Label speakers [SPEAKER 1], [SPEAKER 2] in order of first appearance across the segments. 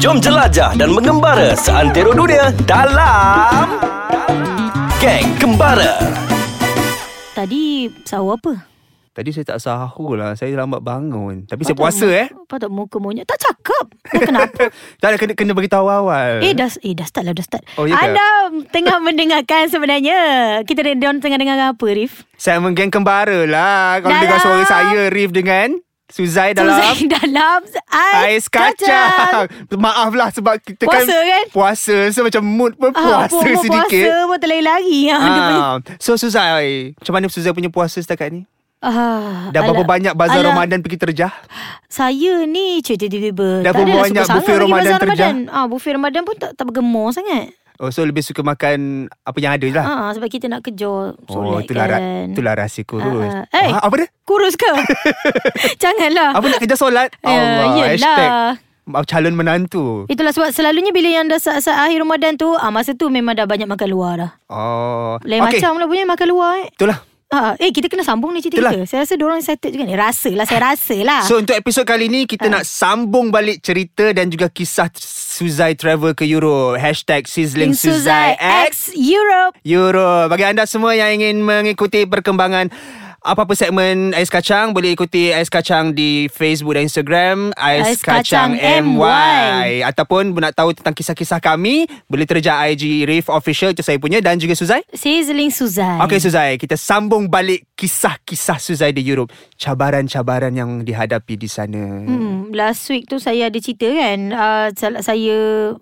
[SPEAKER 1] Jom jelajah dan mengembara seantero dunia dalam Geng Kembara.
[SPEAKER 2] Tadi sahur apa?
[SPEAKER 3] Tadi saya tak sahur lah Saya lambat bangun Tapi saya
[SPEAKER 2] Patut
[SPEAKER 3] puasa
[SPEAKER 2] mu-
[SPEAKER 3] eh
[SPEAKER 2] Patut muka monyet. Tak cakap. Dah kenapa?
[SPEAKER 3] Tak ada kena, kena beritahu awal
[SPEAKER 2] eh, dah, eh, dah start lah, dah start.
[SPEAKER 3] Oh, ya ke?
[SPEAKER 2] Anda tengah mendengarkan sebenarnya. Kita don tengah dengar apa, Rif?
[SPEAKER 3] Saya menggeng kembara lah Kalau
[SPEAKER 2] Dalam-
[SPEAKER 3] dengar suara saya Rif dengan Suzai dalam
[SPEAKER 2] Selesai dalam
[SPEAKER 3] Ais kacang. Maaf lah sebab kita kan
[SPEAKER 2] Puasa, kan?
[SPEAKER 3] Puasa So macam mood pun
[SPEAKER 2] Ah,
[SPEAKER 3] puasa
[SPEAKER 2] pun- pun
[SPEAKER 3] sedikit
[SPEAKER 2] Puasa pun terlari-lari. Ha, dia punya-
[SPEAKER 3] Ah, so Suzai Macam mana Suzai punya puasa setakat ni?
[SPEAKER 2] Ah,
[SPEAKER 3] Dah berapa
[SPEAKER 2] alah,
[SPEAKER 3] banyak bazar
[SPEAKER 2] alah,
[SPEAKER 3] Ramadan pergi terjah?
[SPEAKER 2] Saya ni cuti tiba-tiba.
[SPEAKER 3] Dah
[SPEAKER 2] Tak
[SPEAKER 3] berapa
[SPEAKER 2] adalah suka
[SPEAKER 3] banyak buffet
[SPEAKER 2] sangat pergi
[SPEAKER 3] Ramadan
[SPEAKER 2] bazar
[SPEAKER 3] terjah?
[SPEAKER 2] Ah, buffet Ramadan pun tak, tak bergemar sangat.
[SPEAKER 3] Oh, so lebih suka makan apa yang ada je lah.
[SPEAKER 2] Ah, sebab kita nak kejar
[SPEAKER 3] oh,
[SPEAKER 2] solat
[SPEAKER 3] itulah, ra-
[SPEAKER 2] kan.
[SPEAKER 3] itulah rahsia kurus.
[SPEAKER 2] Ah, ah. Eh.
[SPEAKER 3] Ah, apa dia?
[SPEAKER 2] Kurus ke? Janganlah.
[SPEAKER 3] Apa nak kerja solat?
[SPEAKER 2] Ya, yelah.
[SPEAKER 3] Allah, hashtag calon menantu.
[SPEAKER 2] Itulah sebab selalunya bila yang dah saat-saat akhir Ramadan tu, ah masa tu memang dah banyak makan luar dah.
[SPEAKER 3] Oh.
[SPEAKER 2] Lain okay. macam lah punya makan luar eh.
[SPEAKER 3] Itulah.
[SPEAKER 2] Ha, eh kita kena sambung ni cerita
[SPEAKER 3] Itulah.
[SPEAKER 2] kita. Saya rasa diorang excited juga ni. Rasa lah, saya rasa lah.
[SPEAKER 3] So untuk episod kali ni kita
[SPEAKER 2] Ah.
[SPEAKER 3] nak sambung balik cerita dan juga kisah Suzai travel ke Europe. Hashtag Sizzling
[SPEAKER 2] Link Suzai
[SPEAKER 3] Suzai X
[SPEAKER 2] X Europe.
[SPEAKER 3] Europe. Bagi anda semua yang ingin mengikuti perkembangan apa-apa segmen Ais Kacang Boleh ikuti Ais Kacang di Facebook dan Instagram
[SPEAKER 2] Ais
[SPEAKER 3] Ais,
[SPEAKER 2] Kacang MY.
[SPEAKER 3] Ataupun nak tahu tentang kisah-kisah kami Boleh terjah IG Reef Official Itu saya punya Dan juga Suzai
[SPEAKER 2] Sizzling Suzai.
[SPEAKER 3] Okey Suzai, kita sambung balik kisah-kisah Suzai di Europe. Cabaran-cabaran yang dihadapi di sana. Hmm.
[SPEAKER 2] Hmm, last week tu saya ada cerita kan uh, Saya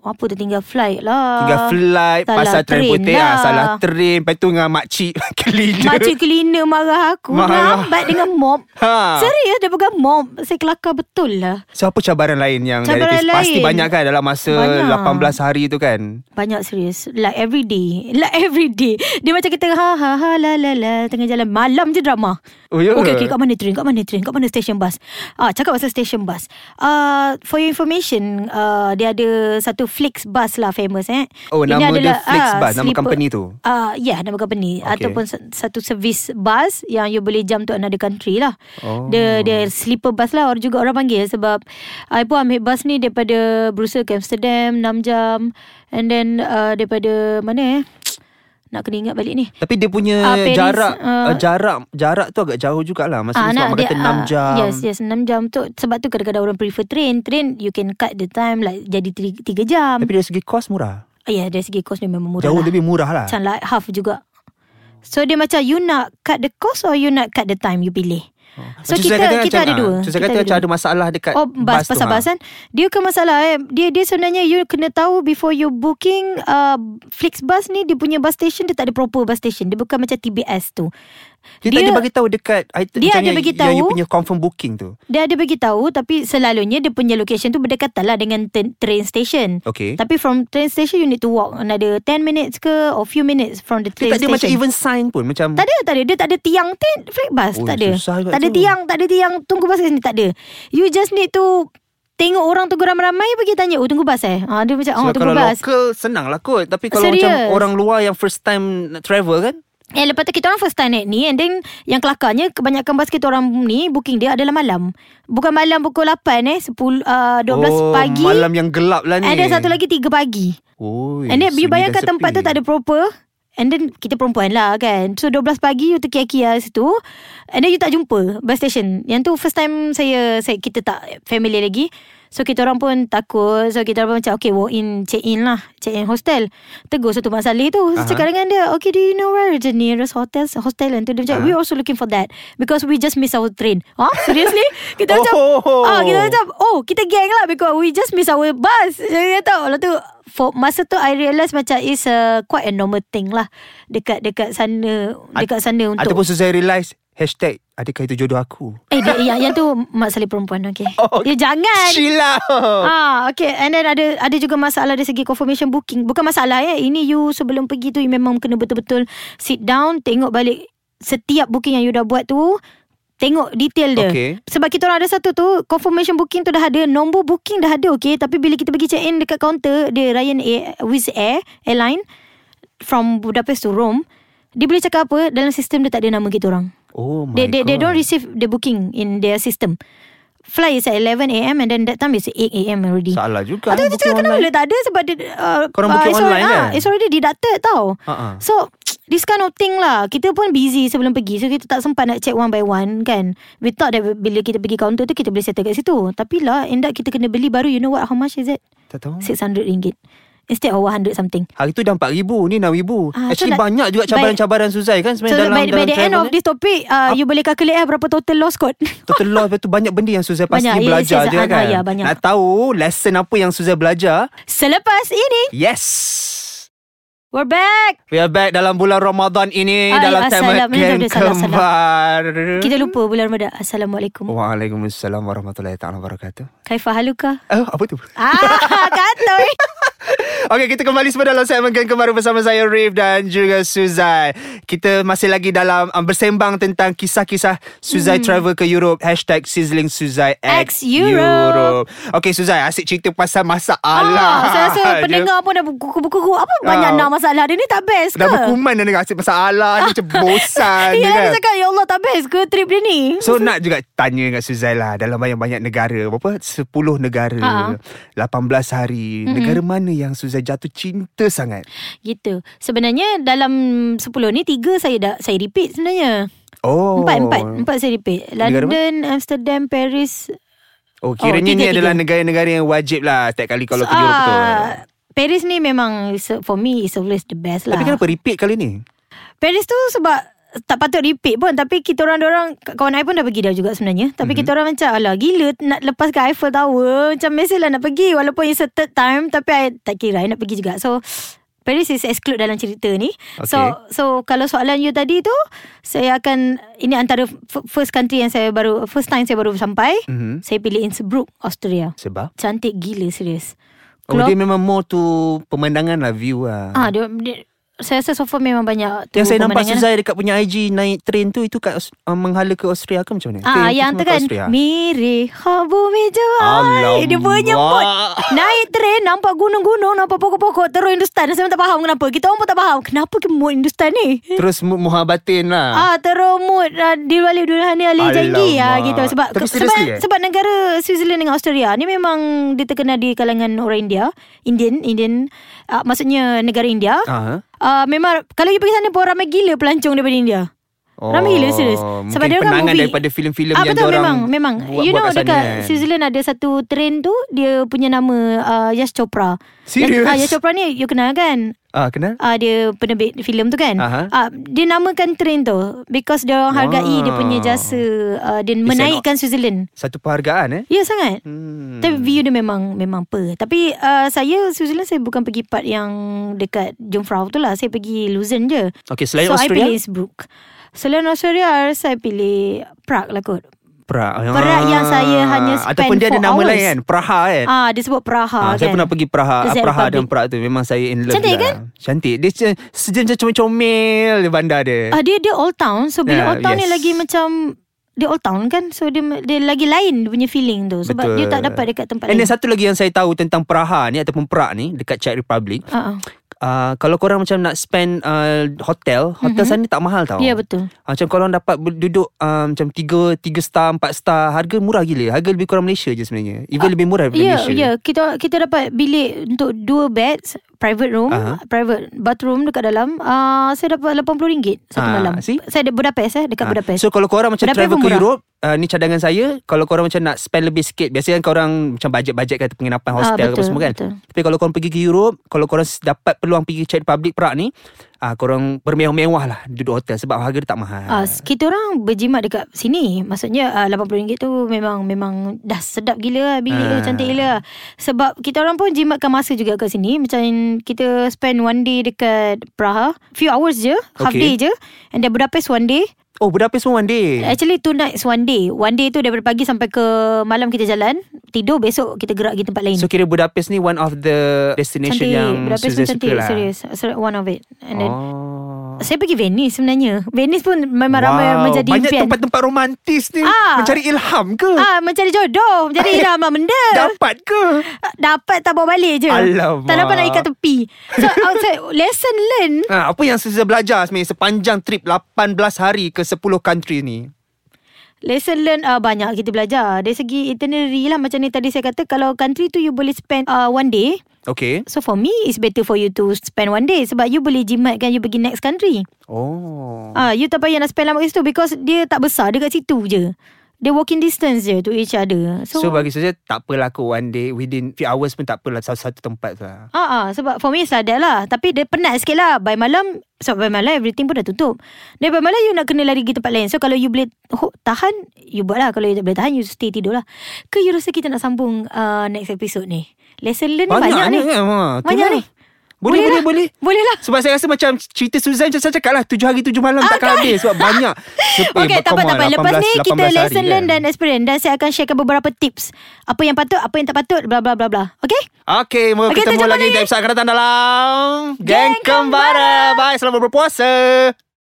[SPEAKER 2] Apa tu tinggal flight lah
[SPEAKER 3] Tinggal flight
[SPEAKER 2] salah
[SPEAKER 3] pasal train
[SPEAKER 2] train
[SPEAKER 3] putih
[SPEAKER 2] lah.
[SPEAKER 3] ah, Salah train Lepas tu dengan makcik Kelina
[SPEAKER 2] Makcik cleaner marah aku
[SPEAKER 3] Marah.
[SPEAKER 2] Lambat dengan mop
[SPEAKER 3] Ha.
[SPEAKER 2] Serius dia pegang mop Saya kelakar betul lah
[SPEAKER 3] So apa cabaran lain yang
[SPEAKER 2] Cabaran
[SPEAKER 3] relatif? Pasti
[SPEAKER 2] lain.
[SPEAKER 3] banyak kan dalam masa
[SPEAKER 2] Banyak.
[SPEAKER 3] 18 hari tu kan
[SPEAKER 2] Banyak serius Like every day Like every day Dia macam kita Ha ha ha la la la Tengah jalan Malam je drama
[SPEAKER 3] Oh, ya?
[SPEAKER 2] Okay okay kat mana train Kat mana train Kat mana station bus ah, Cakap pasal station bus uh, For your information uh, Dia ada Satu Flix bus lah Famous eh
[SPEAKER 3] Oh,
[SPEAKER 2] Ini
[SPEAKER 3] nama dia
[SPEAKER 2] adalah,
[SPEAKER 3] Flixbus,
[SPEAKER 2] ah,
[SPEAKER 3] nama
[SPEAKER 2] sleeper-
[SPEAKER 3] company tu?
[SPEAKER 2] Ah, ya, yeah, nama company okay.
[SPEAKER 3] Okay.
[SPEAKER 2] ataupun sa- satu servis bus yang you boleh jump to another country lah.
[SPEAKER 3] Oh.
[SPEAKER 2] Dia dia sleeper bus lah orang juga orang panggil sebab I pun ambil bus ni daripada Brussels ke Amsterdam 6 jam and then uh, daripada mana eh? Nak kena ingat balik ni.
[SPEAKER 3] Tapi dia punya
[SPEAKER 2] Ah, Paris,
[SPEAKER 3] jarak
[SPEAKER 2] ah.
[SPEAKER 3] uh, Jarak jarak tu agak jauh jugalah Masa
[SPEAKER 2] Ah,
[SPEAKER 3] tu sebab
[SPEAKER 2] nak
[SPEAKER 3] mak kata 6
[SPEAKER 2] ah,
[SPEAKER 3] jam
[SPEAKER 2] Yes, yes, 6 jam tu sebab tu kadang-kadang orang prefer train. Train you can cut the time like jadi 3, 3 jam.
[SPEAKER 3] Tapi dari segi kos murah
[SPEAKER 2] Ah, Ya, yeah, dari segi kos dia memang murah.
[SPEAKER 3] Jauh
[SPEAKER 2] lah.
[SPEAKER 3] lebih murah lah
[SPEAKER 2] Macam like half juga So dia macam You nak cut the cost Or you nak cut the time You pilih So
[SPEAKER 3] Oh. Macam saya
[SPEAKER 2] kita
[SPEAKER 3] kata
[SPEAKER 2] kita ada
[SPEAKER 3] macam, ah,
[SPEAKER 2] dua.
[SPEAKER 3] macam saya
[SPEAKER 2] Kita
[SPEAKER 3] kata macam ada masalah dekat
[SPEAKER 2] Oh, bas,
[SPEAKER 3] bas tu,
[SPEAKER 2] pasal
[SPEAKER 3] ah.
[SPEAKER 2] bas kan. Dia ke masalah eh. Dia dia sebenarnya you kena tahu before you booking uh, Flixbus ni dia punya bus station dia tak ada proper bus station. Dia bukan macam TBS tu.
[SPEAKER 3] Dia, tak ada bagi tahu dekat item
[SPEAKER 2] dia
[SPEAKER 3] macam
[SPEAKER 2] ada
[SPEAKER 3] yang-
[SPEAKER 2] bagi
[SPEAKER 3] yang you
[SPEAKER 2] tahu.
[SPEAKER 3] punya confirm booking tu.
[SPEAKER 2] Dia ada bagi tahu tapi selalunya dia punya location tu berdekatan lah dengan ten, train station.
[SPEAKER 3] Okay.
[SPEAKER 2] Tapi from train station you need to walk another 10 minutes ke or few minutes from the
[SPEAKER 3] Dia
[SPEAKER 2] train
[SPEAKER 3] tak ada
[SPEAKER 2] station.
[SPEAKER 3] macam even sign pun macam
[SPEAKER 2] Tak ada, tak ada. Dia tak ada tiang tin flag bus,
[SPEAKER 3] Oi,
[SPEAKER 2] tak ada.
[SPEAKER 3] Oh, susah juga
[SPEAKER 2] Tak ada
[SPEAKER 3] tu.
[SPEAKER 2] tiang, tak ada tiang tunggu bas kat sini tak ada. You just need to tengok orang tunggu ramai-ramai pergi tanya, "Oh, tunggu bas eh?" Ah, dia macam, "Oh,
[SPEAKER 3] Sebab
[SPEAKER 2] tunggu
[SPEAKER 3] kalau
[SPEAKER 2] bas."
[SPEAKER 3] local senang lah kot Tapi kalau
[SPEAKER 2] Serius.
[SPEAKER 3] macam orang luar yang first time nak travel kan
[SPEAKER 2] Eh lepas tu kita orang first time naik ni And then yang kelakarnya Kebanyakan bas kita orang ni Booking dia adalah malam Bukan malam pukul 8 eh 10, uh, 12
[SPEAKER 3] oh,
[SPEAKER 2] pagi
[SPEAKER 3] Malam yang gelap lah ni
[SPEAKER 2] And then satu lagi 3 pagi
[SPEAKER 3] Oi,
[SPEAKER 2] And then you
[SPEAKER 3] sunyi
[SPEAKER 2] bayangkan
[SPEAKER 3] dan
[SPEAKER 2] tempat tu
[SPEAKER 3] sepi.
[SPEAKER 2] tak ada proper And then kita perempuan lah kan So 12 pagi you terkia-kia situ And then you tak jumpa bus station Yang tu first time saya, saya Kita tak family lagi So kita orang pun takut So kita orang pun macam Okay walk in check in lah Check in hostel Tegur satu Mak Saleh tu uh-huh. Cakap dengan dia Okay do you know where the nearest hotel Hostel And tu dia macam uh-huh. We also looking for that Because we just miss our train Huh? Seriously? kita macam
[SPEAKER 3] Oh.
[SPEAKER 2] Ah, Kita macam macam Oh kita geng lah Because we just miss our bus Saya kata Lepas tu for, Masa tu I realise macam It's a, quite a normal thing lah Dekat dekat sana Dekat sana untuk
[SPEAKER 3] Ataupun Suzai realise Hashtag Adakah itu jodoh aku
[SPEAKER 2] Eh dia, yang, yang tu Mak salih perempuan okay.
[SPEAKER 3] Oh,
[SPEAKER 2] Ya jangan
[SPEAKER 3] Chill out
[SPEAKER 2] Ah, okay. And then ada ada juga masalah dari segi confirmation booking. Bukan masalah ya. Ini you sebelum pergi tu you memang kena betul-betul sit down, tengok balik setiap booking yang you dah buat tu. Tengok detail dia
[SPEAKER 3] Okay.
[SPEAKER 2] Sebab kita orang ada satu tu Confirmation booking tu dah ada Nombor booking dah ada okay Tapi bila kita pergi check in Dekat kaunter Dia Ryan Air Wizz Air Airline From Budapest to Rome Dia boleh cakap apa Dalam sistem dia tak ada nama kita orang
[SPEAKER 3] Oh my
[SPEAKER 2] they, they,
[SPEAKER 3] god
[SPEAKER 2] they don't receive the booking in their system Fly is at 11am And then that time is 8am already
[SPEAKER 3] Salah juga.
[SPEAKER 2] Ada tu
[SPEAKER 3] booking
[SPEAKER 2] cakap kenapa
[SPEAKER 3] online.
[SPEAKER 2] tak ada sebab dia uh,
[SPEAKER 3] Korang booking
[SPEAKER 2] it's already-
[SPEAKER 3] online, Uh-uh.
[SPEAKER 2] ah,
[SPEAKER 3] kan?
[SPEAKER 2] It's already deducted tau
[SPEAKER 3] Ha-ha.
[SPEAKER 2] So This kind of thing lah Kita pun busy sebelum pergi So kita tak sempat nak check one by one kan We thought that bila kita pergi counter tu Kita boleh settle kat situ Tapi lah End up kita kena beli baru You know what How much is it?
[SPEAKER 3] Tak tahu.
[SPEAKER 2] RM600 ringgit. Instead of 100 something
[SPEAKER 3] Hari tu dah 4000 ni 6000.
[SPEAKER 2] Ah, so
[SPEAKER 3] Actually
[SPEAKER 2] nak-
[SPEAKER 3] banyak juga
[SPEAKER 2] by-
[SPEAKER 3] cabaran-cabaran Suzai kan
[SPEAKER 2] So
[SPEAKER 3] sebenarnya dalam
[SPEAKER 2] by,
[SPEAKER 3] dalam
[SPEAKER 2] by the end
[SPEAKER 3] travel
[SPEAKER 2] of
[SPEAKER 3] ni. Ah.
[SPEAKER 2] this topic uh, You boleh calculate lah Berapa total loss kot
[SPEAKER 3] Total loss Lepas tu banyak benda yang Suzai pasti
[SPEAKER 2] Banyak, yes,
[SPEAKER 3] belajar
[SPEAKER 2] yes,
[SPEAKER 3] je
[SPEAKER 2] ah,
[SPEAKER 3] kan
[SPEAKER 2] ya, banyak.
[SPEAKER 3] Nak tahu lesson apa yang Suzai belajar
[SPEAKER 2] Selepas ini
[SPEAKER 3] Yes
[SPEAKER 2] We're back
[SPEAKER 3] We are back dalam bulan Ramadan ini
[SPEAKER 2] Ay,
[SPEAKER 3] Dalam tema
[SPEAKER 2] assalam. Ni dah
[SPEAKER 3] Geng
[SPEAKER 2] ada salam, salam.
[SPEAKER 3] Kembar
[SPEAKER 2] Kita lupa bulan Ramadan
[SPEAKER 3] Oh.
[SPEAKER 2] Assalamualaikum
[SPEAKER 3] Waalaikumsalam warahmatullahi taala wabarakatuh.
[SPEAKER 2] Kaifah haluka
[SPEAKER 3] Eh, apa tu?
[SPEAKER 2] Ah katoi
[SPEAKER 3] Okey, kita kembali semua dalam segmen Geng Kembar bersama saya Rif dan juga Suzai. Kita masih lagi dalam um, bersembang tentang kisah-kisah Suzai travel ke Europe hashtag sizzling Suzai
[SPEAKER 2] Ex
[SPEAKER 3] X
[SPEAKER 2] Hmm. Europe.
[SPEAKER 3] Europe. Okey Suzai, asyik cerita pasal masak
[SPEAKER 2] Ah,
[SPEAKER 3] Allah.
[SPEAKER 2] Saya rasa pendengar pun dah buku-buku Apa banyak
[SPEAKER 3] Ah.
[SPEAKER 2] nak masalah Dia ni tak best ke
[SPEAKER 3] Dah berkuman dah dengar asyik pasal Allah ni macam bosan
[SPEAKER 2] Ya
[SPEAKER 3] je
[SPEAKER 2] dia
[SPEAKER 3] kan.
[SPEAKER 2] cakap Ya Allah tak best ke trip dia ni
[SPEAKER 3] So nak juga tanya dengan Suzai lah Dalam banyak-banyak negara Berapa? 10 negara
[SPEAKER 2] Ha.
[SPEAKER 3] 18 hari Negara mana yang Suzai jatuh cinta sangat?
[SPEAKER 2] Gitu Sebenarnya dalam 10 ni Tiga saya dah Saya repeat sebenarnya
[SPEAKER 3] Oh
[SPEAKER 2] Empat empat Empat saya repeat
[SPEAKER 3] Negara mana?
[SPEAKER 2] London Amsterdam Paris
[SPEAKER 3] Oh kiranya
[SPEAKER 2] Oh,
[SPEAKER 3] ni
[SPEAKER 2] tiga,
[SPEAKER 3] adalah
[SPEAKER 2] tiga.
[SPEAKER 3] negara-negara yang wajib lah Setiap kali kalau
[SPEAKER 2] So,
[SPEAKER 3] ke Europe betul eh.
[SPEAKER 2] ah, Paris ni memang is- For me is always the best lah
[SPEAKER 3] Tapi kan kenapa repeat kali ni?
[SPEAKER 2] Paris tu sebab tak patut repeat pun Tapi kita orang orang Kawan I pun dah pergi dah juga sebenarnya Tapi
[SPEAKER 3] Mhm.
[SPEAKER 2] mm-hmm. kita orang macam Alah gila Nak lepaskan Eiffel Tower Macam mesti lah nak pergi Walaupun it's a third time Tapi I tak kira I nak pergi juga So Paris is exclude dalam cerita ni okay.
[SPEAKER 3] Okay.
[SPEAKER 2] So so kalau soalan you tadi tu Saya akan Ini antara f- first country yang saya baru First time saya baru sampai
[SPEAKER 3] Mhm.
[SPEAKER 2] Saya pilih Innsbruck, Austria
[SPEAKER 3] Sebab?
[SPEAKER 2] Cantik gila serius
[SPEAKER 3] Oh dia memang more to pemandangan lah view lah
[SPEAKER 2] Ah, dia, dia, saya rasa so far memang banyak tu
[SPEAKER 3] Yang saya nampak
[SPEAKER 2] pemandangan.
[SPEAKER 3] Suzai dekat punya IG naik train tu Itu kat Aus- uh, menghala ke Austria ke macam mana?
[SPEAKER 2] Ah, yang tu kan
[SPEAKER 3] Austria.
[SPEAKER 2] Miri Bumi Juai Dia punya mood
[SPEAKER 3] Alamak.
[SPEAKER 2] Naik train Nampak gunung-gunung Nampak pokok-pokok Terus Hindustan Saya pun tak faham kenapa Kita orang pun tak faham Kenapa ke mood Hindustan ni
[SPEAKER 3] Terus mu- muhabatin lah
[SPEAKER 2] Ah, terus mood ah, Di balik dunia ni Ali Jenggi ah,
[SPEAKER 3] Alamak.
[SPEAKER 2] gitu sebab
[SPEAKER 3] Tapi
[SPEAKER 2] sebab,
[SPEAKER 3] seriously, eh?
[SPEAKER 2] sebab negara Switzerland dengan Austria ni memang dia terkenal di kalangan orang India, Indian, Indian ah, maksudnya negara India.
[SPEAKER 3] Ah.
[SPEAKER 2] Ah, memang kalau you pergi sana pun ramai gila pelancong daripada India.
[SPEAKER 3] Oh,
[SPEAKER 2] Ramai gila serius
[SPEAKER 3] mungkin
[SPEAKER 2] Sebab dia orang
[SPEAKER 3] penangan
[SPEAKER 2] movie
[SPEAKER 3] daripada filem-filem
[SPEAKER 2] ah,
[SPEAKER 3] yang
[SPEAKER 2] betul,
[SPEAKER 3] diorang
[SPEAKER 2] memang, memang.
[SPEAKER 3] buat-
[SPEAKER 2] You
[SPEAKER 3] buat
[SPEAKER 2] know
[SPEAKER 3] kat sana
[SPEAKER 2] dekat
[SPEAKER 3] kan.
[SPEAKER 2] Switzerland ada satu train tu Dia punya nama uh, Yash Chopra
[SPEAKER 3] Serious?
[SPEAKER 2] Yash, ah, Yash Chopra ni you kenal kan
[SPEAKER 3] Ah, kenal?
[SPEAKER 2] uh, Dia penerbit filem tu kan
[SPEAKER 3] Aha.
[SPEAKER 2] uh, Dia namakan train tu Because dia orang hargai dia punya
[SPEAKER 3] Wow.
[SPEAKER 2] jasa uh, Dia
[SPEAKER 3] not-
[SPEAKER 2] menaikkan Switzerland
[SPEAKER 3] Satu penghargaan eh?
[SPEAKER 2] Ya sangat
[SPEAKER 3] Hmm.
[SPEAKER 2] tapi view dia memang memang apa. Tapi uh, saya Switzerland saya bukan pergi part yang dekat Jungfrau tu lah. Saya pergi Luzern je.
[SPEAKER 3] Okay, selain
[SPEAKER 2] so I
[SPEAKER 3] Austria?
[SPEAKER 2] pilih Innsbruck. Selain Austria saya pilih Prague lah kot.
[SPEAKER 3] Perak.
[SPEAKER 2] Perak yang saya hanya spend
[SPEAKER 3] ah. Ataupun dia ada
[SPEAKER 2] four
[SPEAKER 3] nama
[SPEAKER 2] hours.
[SPEAKER 3] lain kan? Praha kan?
[SPEAKER 2] Ah dia sebut Praha
[SPEAKER 3] Ah,
[SPEAKER 2] kan.
[SPEAKER 3] saya pernah pergi Praha
[SPEAKER 2] Czech
[SPEAKER 3] Praha dan
[SPEAKER 2] Republic.
[SPEAKER 3] Perak tu Memang saya in love
[SPEAKER 2] Cantik
[SPEAKER 3] lah.
[SPEAKER 2] kan?
[SPEAKER 3] Cantik Dia macam Sejam macam comel Dia bandar dia
[SPEAKER 2] Ah dia dia old town. So bila
[SPEAKER 3] eh. Yeah,
[SPEAKER 2] old town ni
[SPEAKER 3] yes.
[SPEAKER 2] lagi macam dia old town kan. So dia dia lagi lain dia punya feeling tu sebab
[SPEAKER 3] Betul.
[SPEAKER 2] dia tak dapat dekat tempat
[SPEAKER 3] And
[SPEAKER 2] lain.
[SPEAKER 3] then satu lagi yang saya tahu Tentang Praha ni Ataupun Perak ni Dekat Czech Republic
[SPEAKER 2] Ah, ah.
[SPEAKER 3] uh, Kalau korang macam nak spend uh, Hotel Hotel mm-hmm. sana tak mahal tau
[SPEAKER 2] Ya betul.
[SPEAKER 3] Ah, Macam korang dapat ber- duduk um, Macam 3 3 star 4 star Harga murah gila Harga lebih kurang Malaysia je sebenarnya Even lebih murah daripada
[SPEAKER 2] Ya,
[SPEAKER 3] Malaysia
[SPEAKER 2] ya, kita kita dapat bilik untuk dua beds, private room,
[SPEAKER 3] Aha.
[SPEAKER 2] private bathroom dekat dalam. Ah uh, saya dapat RM80 satu
[SPEAKER 3] Ah,
[SPEAKER 2] malam.
[SPEAKER 3] see?
[SPEAKER 2] Saya ada Budapest eh, dekat
[SPEAKER 3] Ah,
[SPEAKER 2] Budapest.
[SPEAKER 3] So kalau korang macam
[SPEAKER 2] Budapest
[SPEAKER 3] travel
[SPEAKER 2] pun
[SPEAKER 3] ke
[SPEAKER 2] murah.
[SPEAKER 3] Europe uh, Ni cadangan saya Kalau korang macam nak spend lebih sikit Biasanya kan korang Macam bajet-bajet kata penginapan
[SPEAKER 2] Ah,
[SPEAKER 3] hostel
[SPEAKER 2] betul,
[SPEAKER 3] apa semua kan
[SPEAKER 2] betul.
[SPEAKER 3] Tapi kalau korang pergi ke Europe Kalau korang s- dapat peluang pergi Czech Republic Perak ni uh, Korang bermewah-mewah lah Duduk hotel Sebab harga dia tak mahal
[SPEAKER 2] Ah, s- kita orang berjimat dekat sini. Maksudnya ah, RM80 tu memang memang dah sedap gila lah. bilik tu
[SPEAKER 3] Ah.
[SPEAKER 2] cantik gila. Sebab kita orang pun jimatkan masa juga kat sini. Macam kita spend one day dekat Praha, few hours je, half
[SPEAKER 3] Okay.
[SPEAKER 2] day je. And then Budapest one day.
[SPEAKER 3] Oh Budapest pun one day
[SPEAKER 2] Actually two nights one day. One day tu daripada pagi sampai ke malam kita jalan, tidur besok kita gerak pergi tempat lain.
[SPEAKER 3] So kira Budapest ni One of the destination
[SPEAKER 2] cantik.
[SPEAKER 3] yang
[SPEAKER 2] Budapest pun
[SPEAKER 3] Suzai
[SPEAKER 2] cantik,
[SPEAKER 3] suka lah
[SPEAKER 2] serius. So, one of it. And then
[SPEAKER 3] Oh
[SPEAKER 2] saya pergi Venice sebenarnya. Venice pun memang ramai yang menjadi
[SPEAKER 3] Banyak
[SPEAKER 2] impian.
[SPEAKER 3] tempat-tempat romantis ni
[SPEAKER 2] Ah.
[SPEAKER 3] Mencari ilham ke?
[SPEAKER 2] Ah, mencari jodoh Mencari irama benda
[SPEAKER 3] Dapat ke?
[SPEAKER 2] Ah, Dapat tak bawa balik je
[SPEAKER 3] Alamak.
[SPEAKER 2] Tak dapat nak ikat tepi So outside Lesson learn
[SPEAKER 3] Ha, apa yang Suzai belajar sebenarnya sepanjang trip 18 hari ke 10 country ni?
[SPEAKER 2] Lesson learn uh, banyak kita belajar Dari segi itinerary lah Macam ni tadi saya kata Kalau country tu you boleh spend uh, one day
[SPEAKER 3] Okay.
[SPEAKER 2] So for me It's better for you to spend one day Sebab you boleh jimat kan You pergi next country
[SPEAKER 3] Oh.
[SPEAKER 2] Ah, you tak payah nak spend lama kat situ because dia tak besar, dia kat situ je. Dia walking distance je to each other. So,
[SPEAKER 3] So, so bagi saya tak apalah kot one day within few hours pun tak apalah satu-satu tempat tu lah.
[SPEAKER 2] Ah, ah, sebab for me it's like that lah. Tapi dia penat sikit lah. By malam, sebab by malam everything pun dah tutup. Dan by malam you nak kena lari pergi tempat lain. So kalau you boleh ho- tahan, you buat lah. Kalau you tak boleh tahan, you stay tidur lah. Ke you rasa kita nak sambung uh, next episode ni? Lesson learn ni banyak, ni.
[SPEAKER 3] kan, ha, tu
[SPEAKER 2] banyak
[SPEAKER 3] lah.
[SPEAKER 2] ni.
[SPEAKER 3] Boleh, boleh, boleh.
[SPEAKER 2] lah. Boleh lah.
[SPEAKER 3] Sebab saya rasa macam cerita Suzanne macam saya cakap lah 7 hari 7 malam takkan habis sebab banyak. Sep- eh,
[SPEAKER 2] Okay, tak
[SPEAKER 3] come
[SPEAKER 2] apa, tak
[SPEAKER 3] on,
[SPEAKER 2] apa. Lepas
[SPEAKER 3] 18
[SPEAKER 2] ni kita
[SPEAKER 3] 18 hari
[SPEAKER 2] lesson
[SPEAKER 3] kan.
[SPEAKER 2] learn dan experience. Dan saya akan sharekan beberapa tips. Apa yang patut, apa yang tak patut, bla bla bla bla. Okay?
[SPEAKER 3] Okay, moga
[SPEAKER 2] Okay,
[SPEAKER 3] okay, ketemu
[SPEAKER 2] terjumpa
[SPEAKER 3] lagi
[SPEAKER 2] lagi.
[SPEAKER 3] dalam episode akan datang dalam
[SPEAKER 2] Geng
[SPEAKER 3] Geng Kembara. Bye, selamat berpuasa.